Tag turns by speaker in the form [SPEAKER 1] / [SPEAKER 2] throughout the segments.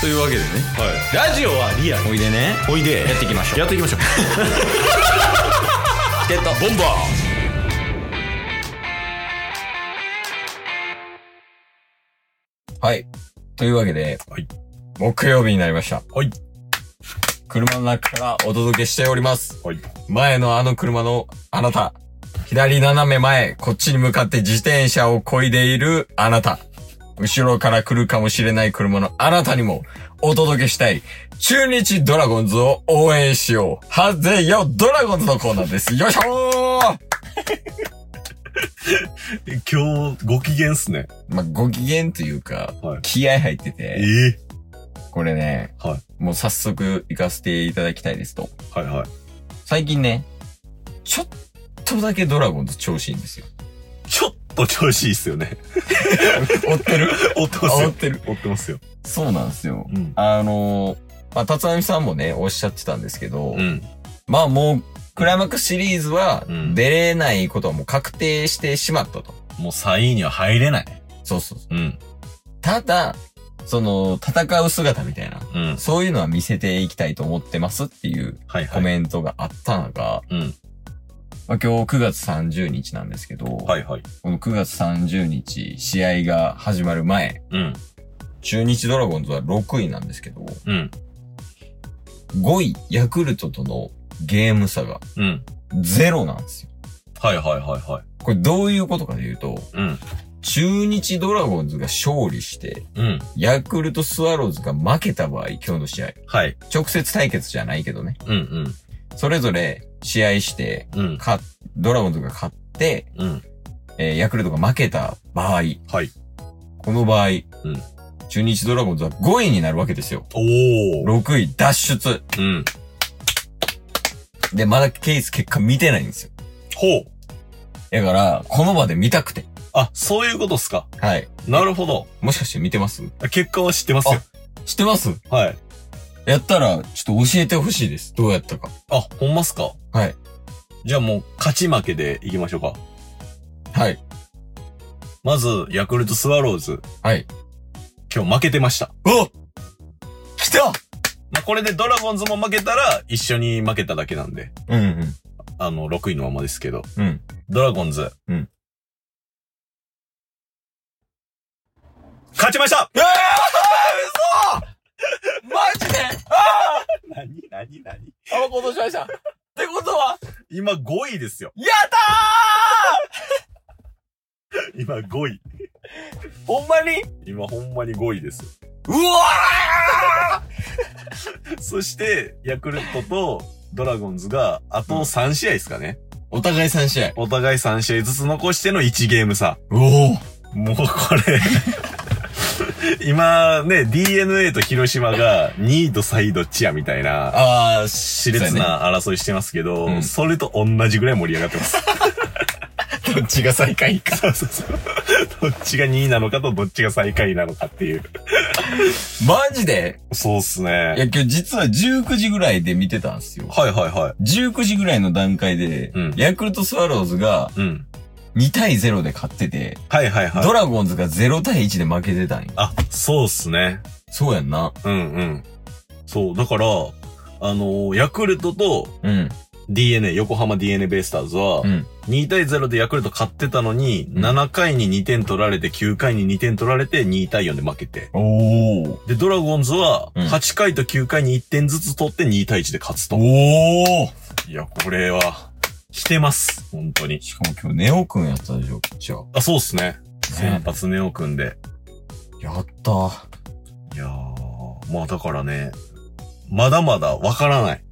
[SPEAKER 1] というわけでね
[SPEAKER 2] ラジオはリアル
[SPEAKER 1] おいでね
[SPEAKER 2] おいで
[SPEAKER 1] やっていきましょう
[SPEAKER 2] やっていきましょう
[SPEAKER 1] チケットボンバーはいというわけで、
[SPEAKER 2] はい
[SPEAKER 1] 木曜日になりました
[SPEAKER 2] はい
[SPEAKER 1] 車の中からお届けしております
[SPEAKER 2] はい
[SPEAKER 1] 前のあの車のあなた左斜め前こっちに向かって自転車を漕いでいるあなた後ろから来るかもしれない車のあなたにもお届けしたい中日ドラゴンズを応援しようはぜよドラゴンズのコーナーですよいしょー
[SPEAKER 2] 今日ご機嫌っすね
[SPEAKER 1] まあ、ご機嫌というか、
[SPEAKER 2] はい
[SPEAKER 1] 気合入ってて、
[SPEAKER 2] え
[SPEAKER 1] これね、
[SPEAKER 2] は
[SPEAKER 1] もう早速行かせていただきたいですと。
[SPEAKER 2] はいはい
[SPEAKER 1] 最近ね、ちょっとだけドラゴンズ調子いいんです よ。
[SPEAKER 2] ちょっと調子いいっすよね
[SPEAKER 1] 追ってる
[SPEAKER 2] 追ってます
[SPEAKER 1] 追
[SPEAKER 2] よ
[SPEAKER 1] ってる。
[SPEAKER 2] 追ってますよ
[SPEAKER 1] そうなんですよ。
[SPEAKER 2] うん
[SPEAKER 1] あのー、まあ、辰巳さんもね、おっしゃってたんですけど、
[SPEAKER 2] うん
[SPEAKER 1] まあもう、クライマックスシリーズは
[SPEAKER 2] うん
[SPEAKER 1] 出れないことはもう確定してしまったと。
[SPEAKER 2] もう3位には入れない
[SPEAKER 1] そうそうそう。
[SPEAKER 2] うん
[SPEAKER 1] ただ、その、戦う姿みたいな、
[SPEAKER 2] うん
[SPEAKER 1] そういうのは見せていきたいと思ってますっていう
[SPEAKER 2] はい
[SPEAKER 1] コ
[SPEAKER 2] はい
[SPEAKER 1] メントがあったのが、
[SPEAKER 2] うん
[SPEAKER 1] まあ、今日9月30日なんですけど、
[SPEAKER 2] はいはい
[SPEAKER 1] この9月30日、試合が始まる前、
[SPEAKER 2] うん
[SPEAKER 1] 中日ドラゴンズは6位なんですけど、
[SPEAKER 2] うん
[SPEAKER 1] 5位、ヤクルトとのゲーム差が
[SPEAKER 2] うん
[SPEAKER 1] ゼロなんですよ。
[SPEAKER 2] はいはいはいはい
[SPEAKER 1] これどういうことかというと、
[SPEAKER 2] うん
[SPEAKER 1] 中日ドラゴンズが勝利して、
[SPEAKER 2] うん
[SPEAKER 1] ヤクルトスワローズが負けた場合、今日の試合、
[SPEAKER 2] はい
[SPEAKER 1] 直接対決じゃないけどね、
[SPEAKER 2] うん
[SPEAKER 1] それぞれ試合して、
[SPEAKER 2] うんうん
[SPEAKER 1] かドラゴンズが勝って、
[SPEAKER 2] うん
[SPEAKER 1] えーヤクルトが負けた場合、
[SPEAKER 2] はい
[SPEAKER 1] この場合、
[SPEAKER 2] ん
[SPEAKER 1] 中日ドラゴンズは5位になるわけですよ。
[SPEAKER 2] おー
[SPEAKER 1] 6位脱出。
[SPEAKER 2] うん
[SPEAKER 1] で、まだケース結果見てないんですよ。
[SPEAKER 2] ほう
[SPEAKER 1] だから、この場で見たくて。
[SPEAKER 2] あそういうことっすか
[SPEAKER 1] はい。
[SPEAKER 2] なるほど
[SPEAKER 1] もしかして見てます
[SPEAKER 2] 結果は知ってますよ
[SPEAKER 1] 知ってます
[SPEAKER 2] はい
[SPEAKER 1] やったら、ちょっと教えてほしいです。どうやったか。
[SPEAKER 2] あほんまっすか
[SPEAKER 1] はい。
[SPEAKER 2] じゃあもう勝ち負けでいきましょうか
[SPEAKER 1] はい。
[SPEAKER 2] まず、ヤクルトスワローズ。
[SPEAKER 1] はい。
[SPEAKER 2] 今日負けてました。
[SPEAKER 1] お来た
[SPEAKER 2] まあ、これでドラゴンズも負けたら、一緒に負けただけなんで。
[SPEAKER 1] うんうん。
[SPEAKER 2] あの、6位のままですけど。
[SPEAKER 1] うん。
[SPEAKER 2] ドラゴンズ。
[SPEAKER 1] うん。
[SPEAKER 2] 勝ちました
[SPEAKER 1] えー、嘘マジであ
[SPEAKER 2] なになになに
[SPEAKER 1] ーあ、行動しました。ってことは、
[SPEAKER 2] 今5位ですよ。
[SPEAKER 1] やった
[SPEAKER 2] 今5位。
[SPEAKER 1] ーほんまに
[SPEAKER 2] 今ほんまに5位です。
[SPEAKER 1] うわ
[SPEAKER 2] そして、ヤクルトとドラゴンズが、あと3試合ですかね。
[SPEAKER 1] お互い3試合。
[SPEAKER 2] お互い3試合ずつ残しての1ゲーム差。
[SPEAKER 1] おお
[SPEAKER 2] もうこれ。 今ね、DNA と広島が2位とサイドチアみたいな、
[SPEAKER 1] ああ、
[SPEAKER 2] 熾烈な争いしてますけど、
[SPEAKER 1] そうやねうん
[SPEAKER 2] それと同じぐらい盛り上がってます。
[SPEAKER 1] どっちが最下位か。
[SPEAKER 2] そうそうそう。どっちが2位なのかとどっちが最下位なのかっていう。
[SPEAKER 1] マジで
[SPEAKER 2] そうっす
[SPEAKER 1] いや、
[SPEAKER 2] ね。
[SPEAKER 1] 今日実は19時ぐらいで見てたんですよ。
[SPEAKER 2] はいはいは
[SPEAKER 1] 19時ぐらいの段階で、
[SPEAKER 2] うん
[SPEAKER 1] ヤクルトスワローズが
[SPEAKER 2] い。うん。
[SPEAKER 1] 2対0で勝ってて、
[SPEAKER 2] はいはいはい
[SPEAKER 1] ド。ラゴンズが0対1で負けてたんよ。
[SPEAKER 2] あ、そうっすね。
[SPEAKER 1] そうやんな。
[SPEAKER 2] うんうん。そう、だから、あのヤクルトと
[SPEAKER 1] うん。
[SPEAKER 2] DNA、横浜 DNA ベイスターズは、
[SPEAKER 1] うん。
[SPEAKER 2] 2対0でヤクルト勝ってたのに、
[SPEAKER 1] うん
[SPEAKER 2] 7回に2点取られて、9回に2点取られて、2対4で負けて。
[SPEAKER 1] おお
[SPEAKER 2] で、ドラゴンズは、
[SPEAKER 1] うん
[SPEAKER 2] 8回と9回に1点ずつ取って2対1で勝つと。
[SPEAKER 1] おお
[SPEAKER 2] いや、これは、してます。本当に。
[SPEAKER 1] しかも今日ネオくんやったでしょ、ピッチャー。
[SPEAKER 2] あ、そうっすね。先
[SPEAKER 1] ね
[SPEAKER 2] 発ネオ組んで。
[SPEAKER 1] やったー。
[SPEAKER 2] いやー、まあだからね、まだまだわからない。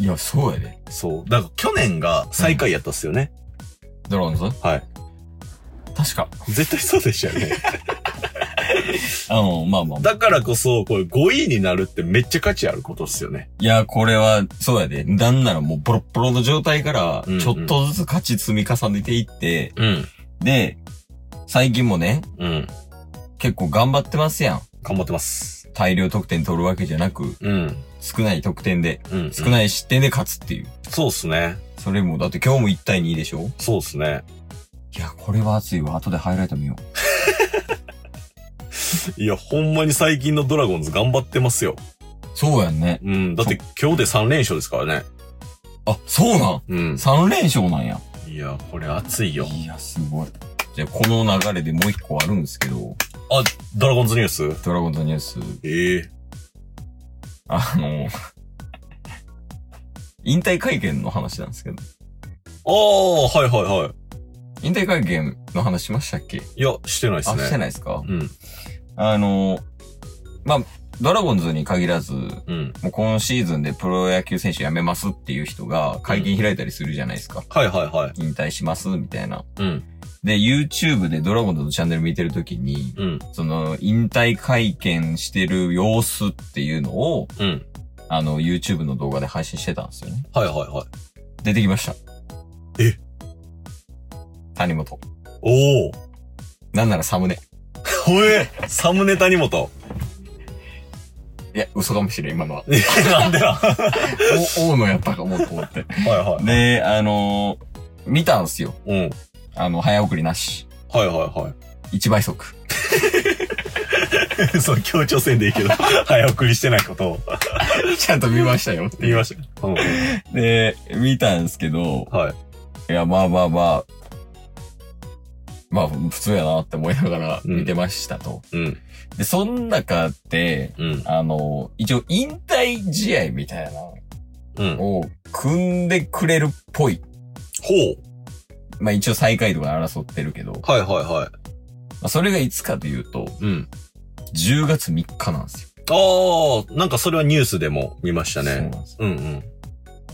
[SPEAKER 1] いや、そうやで。
[SPEAKER 2] そう。だから去年が最下位やったっすよね。
[SPEAKER 1] ドラゴンズ
[SPEAKER 2] はい。
[SPEAKER 1] 確か。
[SPEAKER 2] 絶対そうでしたよね。
[SPEAKER 1] あの、まあまあまあ。
[SPEAKER 2] だからこそ、これ5位になるってめっちゃ価値あることっすよね。
[SPEAKER 1] いや、これは、そうやで。なんならもうボロッボロの状態から
[SPEAKER 2] うんう、ん
[SPEAKER 1] ちょっとずつ勝ち積み重ねていって、
[SPEAKER 2] うん。
[SPEAKER 1] で、最近もね、
[SPEAKER 2] うん。
[SPEAKER 1] 結構頑張ってますやん。
[SPEAKER 2] 頑張ってます。
[SPEAKER 1] 大量得点取るわけじゃなく、
[SPEAKER 2] うん。
[SPEAKER 1] 少ない得点で、
[SPEAKER 2] うん。
[SPEAKER 1] 少ない失点で勝つっていう。
[SPEAKER 2] そうっすね。
[SPEAKER 1] それも、だって今日も1対2でしょ
[SPEAKER 2] そうっすね。
[SPEAKER 1] いや、これは熱いわ。後でハイライト見よう。
[SPEAKER 2] いや、ほんまに最近のドラゴンズ頑張ってますよ。
[SPEAKER 1] そうやんね。
[SPEAKER 2] うん。だって今日で3連勝ですからね。
[SPEAKER 1] あ、そうなん
[SPEAKER 2] うん。
[SPEAKER 1] ?3 連勝なんや。
[SPEAKER 2] いや、これ熱いよ。
[SPEAKER 1] いや、すごい。じゃあ、この流れでもう一個あるんですけど、
[SPEAKER 2] ドラゴンズニュース
[SPEAKER 1] ドラゴンズニュース、
[SPEAKER 2] ええ
[SPEAKER 1] あの、引退会見の話なんですけど、
[SPEAKER 2] ああ、はいはいは
[SPEAKER 1] 引退会見の話しましたっけ
[SPEAKER 2] い。いや、してないです
[SPEAKER 1] あ、
[SPEAKER 2] ね。
[SPEAKER 1] してないですか
[SPEAKER 2] うん。
[SPEAKER 1] あの、まあ、ドラゴンズに限らず、
[SPEAKER 2] うん。
[SPEAKER 1] もう今シーズンでプロ野球選手辞めますっていう人が会見開いたりするじゃないですか。
[SPEAKER 2] はいはいはい。
[SPEAKER 1] 引退しますみたいな。
[SPEAKER 2] うん。
[SPEAKER 1] で、YouTube でドラゴンズのチャンネル見てるときに、
[SPEAKER 2] うん。
[SPEAKER 1] その、引退会見してる様子っていうのを、
[SPEAKER 2] うん。
[SPEAKER 1] あの、YouTube の動画で配信してたんですよね。
[SPEAKER 2] はいはいはい。
[SPEAKER 1] 出てきました。
[SPEAKER 2] え
[SPEAKER 1] 谷本。
[SPEAKER 2] おお。
[SPEAKER 1] なんならサムネ。
[SPEAKER 2] ほえサムネタにもと。
[SPEAKER 1] いや、嘘かもしれん、今のは。
[SPEAKER 2] えなんでなは
[SPEAKER 1] お、大野やったかもと思って。
[SPEAKER 2] いは
[SPEAKER 1] で、あのー見たんすよ。
[SPEAKER 2] い。うん。
[SPEAKER 1] あの、早送りなし。
[SPEAKER 2] はいは
[SPEAKER 1] 1倍速。
[SPEAKER 2] いはい。 そう、強調せんでいいけど、早送りしてないことを。
[SPEAKER 1] ちゃんと見ましたよって
[SPEAKER 2] 言い
[SPEAKER 1] いう。
[SPEAKER 2] ました。うん。は
[SPEAKER 1] で、見たんですけど、
[SPEAKER 2] い。
[SPEAKER 1] いや、まあまあまあ、まあ、普通やなって思いながら
[SPEAKER 2] うん
[SPEAKER 1] 見てましたと。
[SPEAKER 2] うん。
[SPEAKER 1] で、そん中で、
[SPEAKER 2] うん。
[SPEAKER 1] あの、一応引退試合みたいなの
[SPEAKER 2] うん。ほ
[SPEAKER 1] を組んでくれるっぽい。
[SPEAKER 2] う。
[SPEAKER 1] まあ一応最下位とかで争ってるけど、ま
[SPEAKER 2] はいはいは
[SPEAKER 1] あ、それがいつかというと、
[SPEAKER 2] い。うん。
[SPEAKER 1] 10月3日なんですよ。
[SPEAKER 2] ああ、なんかそれはニュースでも見ました
[SPEAKER 1] そうなん
[SPEAKER 2] ね。
[SPEAKER 1] ですよ。
[SPEAKER 2] うんうん。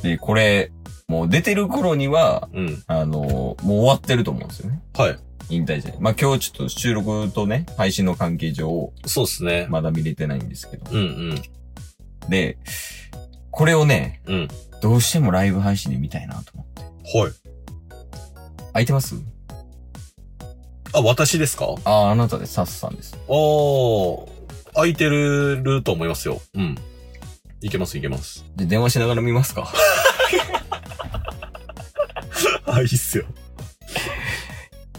[SPEAKER 1] で、これ、もう出てる頃には、
[SPEAKER 2] うん。
[SPEAKER 1] あの、もう終わってると思うんですよね。
[SPEAKER 2] はい。
[SPEAKER 1] 引退試合。まあ今日ちょっと収録とね、配信の関係上、
[SPEAKER 2] そうっすね。
[SPEAKER 1] まだ見れてないんですけど。
[SPEAKER 2] うんうん。
[SPEAKER 1] で、これをね、
[SPEAKER 2] うん。
[SPEAKER 1] どうしてもライブ配信で見たいなと思って。
[SPEAKER 2] はい。
[SPEAKER 1] 空いてます
[SPEAKER 2] あ、私ですかあ
[SPEAKER 1] ああ、あなたでサスさんです。
[SPEAKER 2] あ、空いてるると思いますよ。うん。いけますい けます。
[SPEAKER 1] で、電話しながら見ますか
[SPEAKER 2] あ、いいっすよ。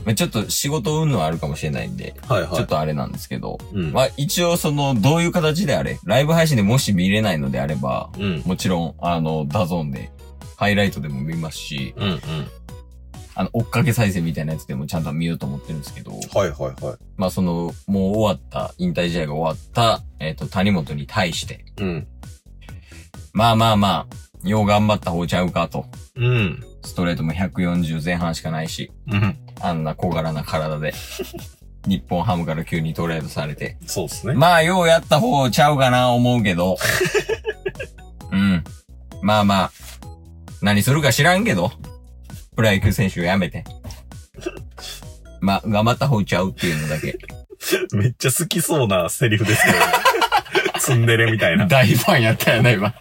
[SPEAKER 1] まあちょっと仕事運のあるかもしれないんで、
[SPEAKER 2] はいはい。
[SPEAKER 1] ちょっとあれなんですけど、
[SPEAKER 2] うん。
[SPEAKER 1] まあ一応その、どういう形であれ、ライブ配信でもし見れないのであれば、
[SPEAKER 2] うん。
[SPEAKER 1] もちろん、あの、ダゾーンで、ハイライトでも見ますし、
[SPEAKER 2] うんうん。
[SPEAKER 1] あの、追っかけ再生みたいなやつでもちゃんと見ようと思ってるんですけど、
[SPEAKER 2] はいはいは
[SPEAKER 1] まあその、もう終わった、引退試合が終わった、えっ、と、谷本に対して、
[SPEAKER 2] い。うん。
[SPEAKER 1] まあまあまあ、よう頑張った方ちゃうかと。
[SPEAKER 2] うん。
[SPEAKER 1] ストレートも140前半しかないし、
[SPEAKER 2] うん。
[SPEAKER 1] あんな小柄な体で、日本ハムから急にトレードされて。
[SPEAKER 2] そうっすね。
[SPEAKER 1] まあ、ようやった方ちゃうかな思うけ ど。うん。まあまあ、何するか知らんけど、プロ野球選手を辞めて。まあ、頑張った方ちゃうっていうのだけ。
[SPEAKER 2] めっちゃ好きそうなセリフですけど。ツンデレみたいな。
[SPEAKER 1] 大ファンやったよね、今。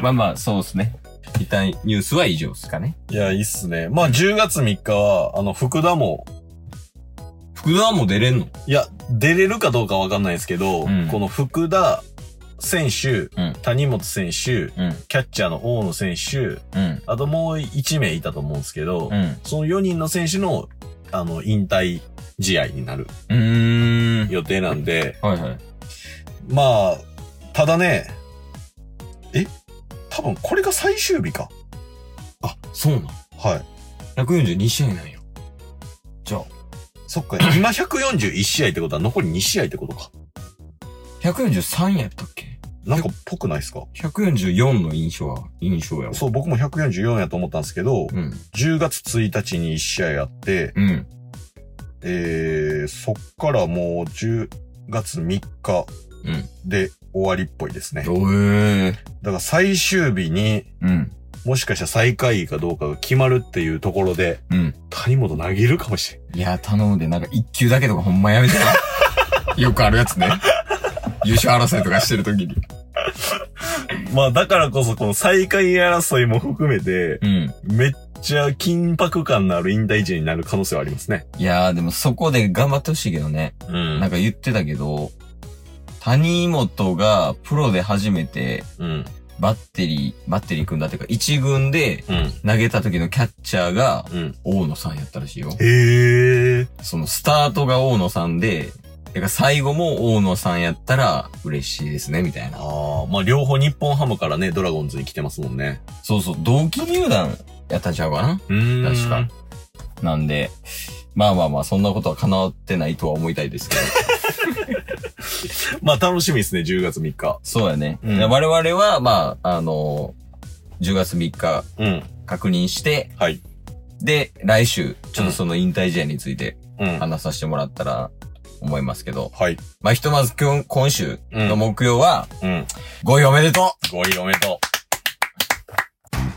[SPEAKER 1] まあまあ、そうですね。一旦ニュースは以上ですかね。
[SPEAKER 2] いや、いいっすね。まあ、10月3日は、あの、福田も、
[SPEAKER 1] 福田も出れんの
[SPEAKER 2] いや、出れるかどうかわかんないですけど、
[SPEAKER 1] うん
[SPEAKER 2] この福田選手、
[SPEAKER 1] うん
[SPEAKER 2] 谷本選手、
[SPEAKER 1] うん、
[SPEAKER 2] キャッチャーの大野選手、
[SPEAKER 1] うん、
[SPEAKER 2] あともう1名いたと思うんですけど、
[SPEAKER 1] うん。
[SPEAKER 2] その4人の選手の、あの、引退試合になる
[SPEAKER 1] うーん。
[SPEAKER 2] 予定なんで、
[SPEAKER 1] はいはい。
[SPEAKER 2] まあ、ただね、え多分これが最終日か。
[SPEAKER 1] そうな
[SPEAKER 2] はい。
[SPEAKER 1] の ?142 試合なんよ。じゃあ、
[SPEAKER 2] そっか、今141試合ってことは残り2試合ってことか。
[SPEAKER 1] 143やったっけ
[SPEAKER 2] なんかっぽくないですか
[SPEAKER 1] ?144 の印象は、印象やわ。
[SPEAKER 2] そう、僕も144やと思ったんですけ
[SPEAKER 1] う
[SPEAKER 2] ど、
[SPEAKER 1] ん。
[SPEAKER 2] 10月1日に1試合あって、
[SPEAKER 1] うん。
[SPEAKER 2] えー、そっからもう10月3日
[SPEAKER 1] うん。
[SPEAKER 2] で終わりっぽいですね。だ
[SPEAKER 1] おえー。
[SPEAKER 2] から最終日に、
[SPEAKER 1] うん。
[SPEAKER 2] もしかしたら最下位かどうかが決まるっていうところで、
[SPEAKER 1] うん。
[SPEAKER 2] 谷本投げるかもしれん。
[SPEAKER 1] いや、頼むで、なんか1球だけとかほんまやめて なよくあるやつね。優勝争いとかしてるときに。
[SPEAKER 2] まあだからこそこの最下位争いも含めて、
[SPEAKER 1] うん。
[SPEAKER 2] めっちゃ緊迫感のある引退時になる可能性はありますね。
[SPEAKER 1] いやー、でもそこで頑張ってほしいけどね。
[SPEAKER 2] うん
[SPEAKER 1] なんか言ってたけど、谷本がプロで初めて
[SPEAKER 2] うん。
[SPEAKER 1] バッテリー、バッテリー組んだっていうか、1軍で
[SPEAKER 2] うん。
[SPEAKER 1] 投げた時のキャッチャーが
[SPEAKER 2] うん。
[SPEAKER 1] 大野さんやったらしいよ。
[SPEAKER 2] へえ。
[SPEAKER 1] そのスタートが大野さんで、てか最後も大野さんやったら嬉しいですね、みたいな。
[SPEAKER 2] ああ、まあ両方日本ハムからね、ドラゴンズに来てますもんね。
[SPEAKER 1] そうそう、同期入団やったんちゃうかな
[SPEAKER 2] うーん。
[SPEAKER 1] 確か。なんで、まあまあまあ、そんなことは叶ってないとは思いたい ですけど。
[SPEAKER 2] まあ楽しみですね、10月3日。
[SPEAKER 1] そうやね。
[SPEAKER 2] うん
[SPEAKER 1] いや我々は、まあ、あの10月3日
[SPEAKER 2] うん。
[SPEAKER 1] 確認して、
[SPEAKER 2] はい。
[SPEAKER 1] で、来週、ちょっとその引退試合について
[SPEAKER 2] うん。
[SPEAKER 1] 話させてもらったら思いますけど、
[SPEAKER 2] はい。
[SPEAKER 1] まあ、ひとまず今日、今週の木曜は、
[SPEAKER 2] うん。
[SPEAKER 1] ご位おめでと
[SPEAKER 2] ご意おめでと
[SPEAKER 1] う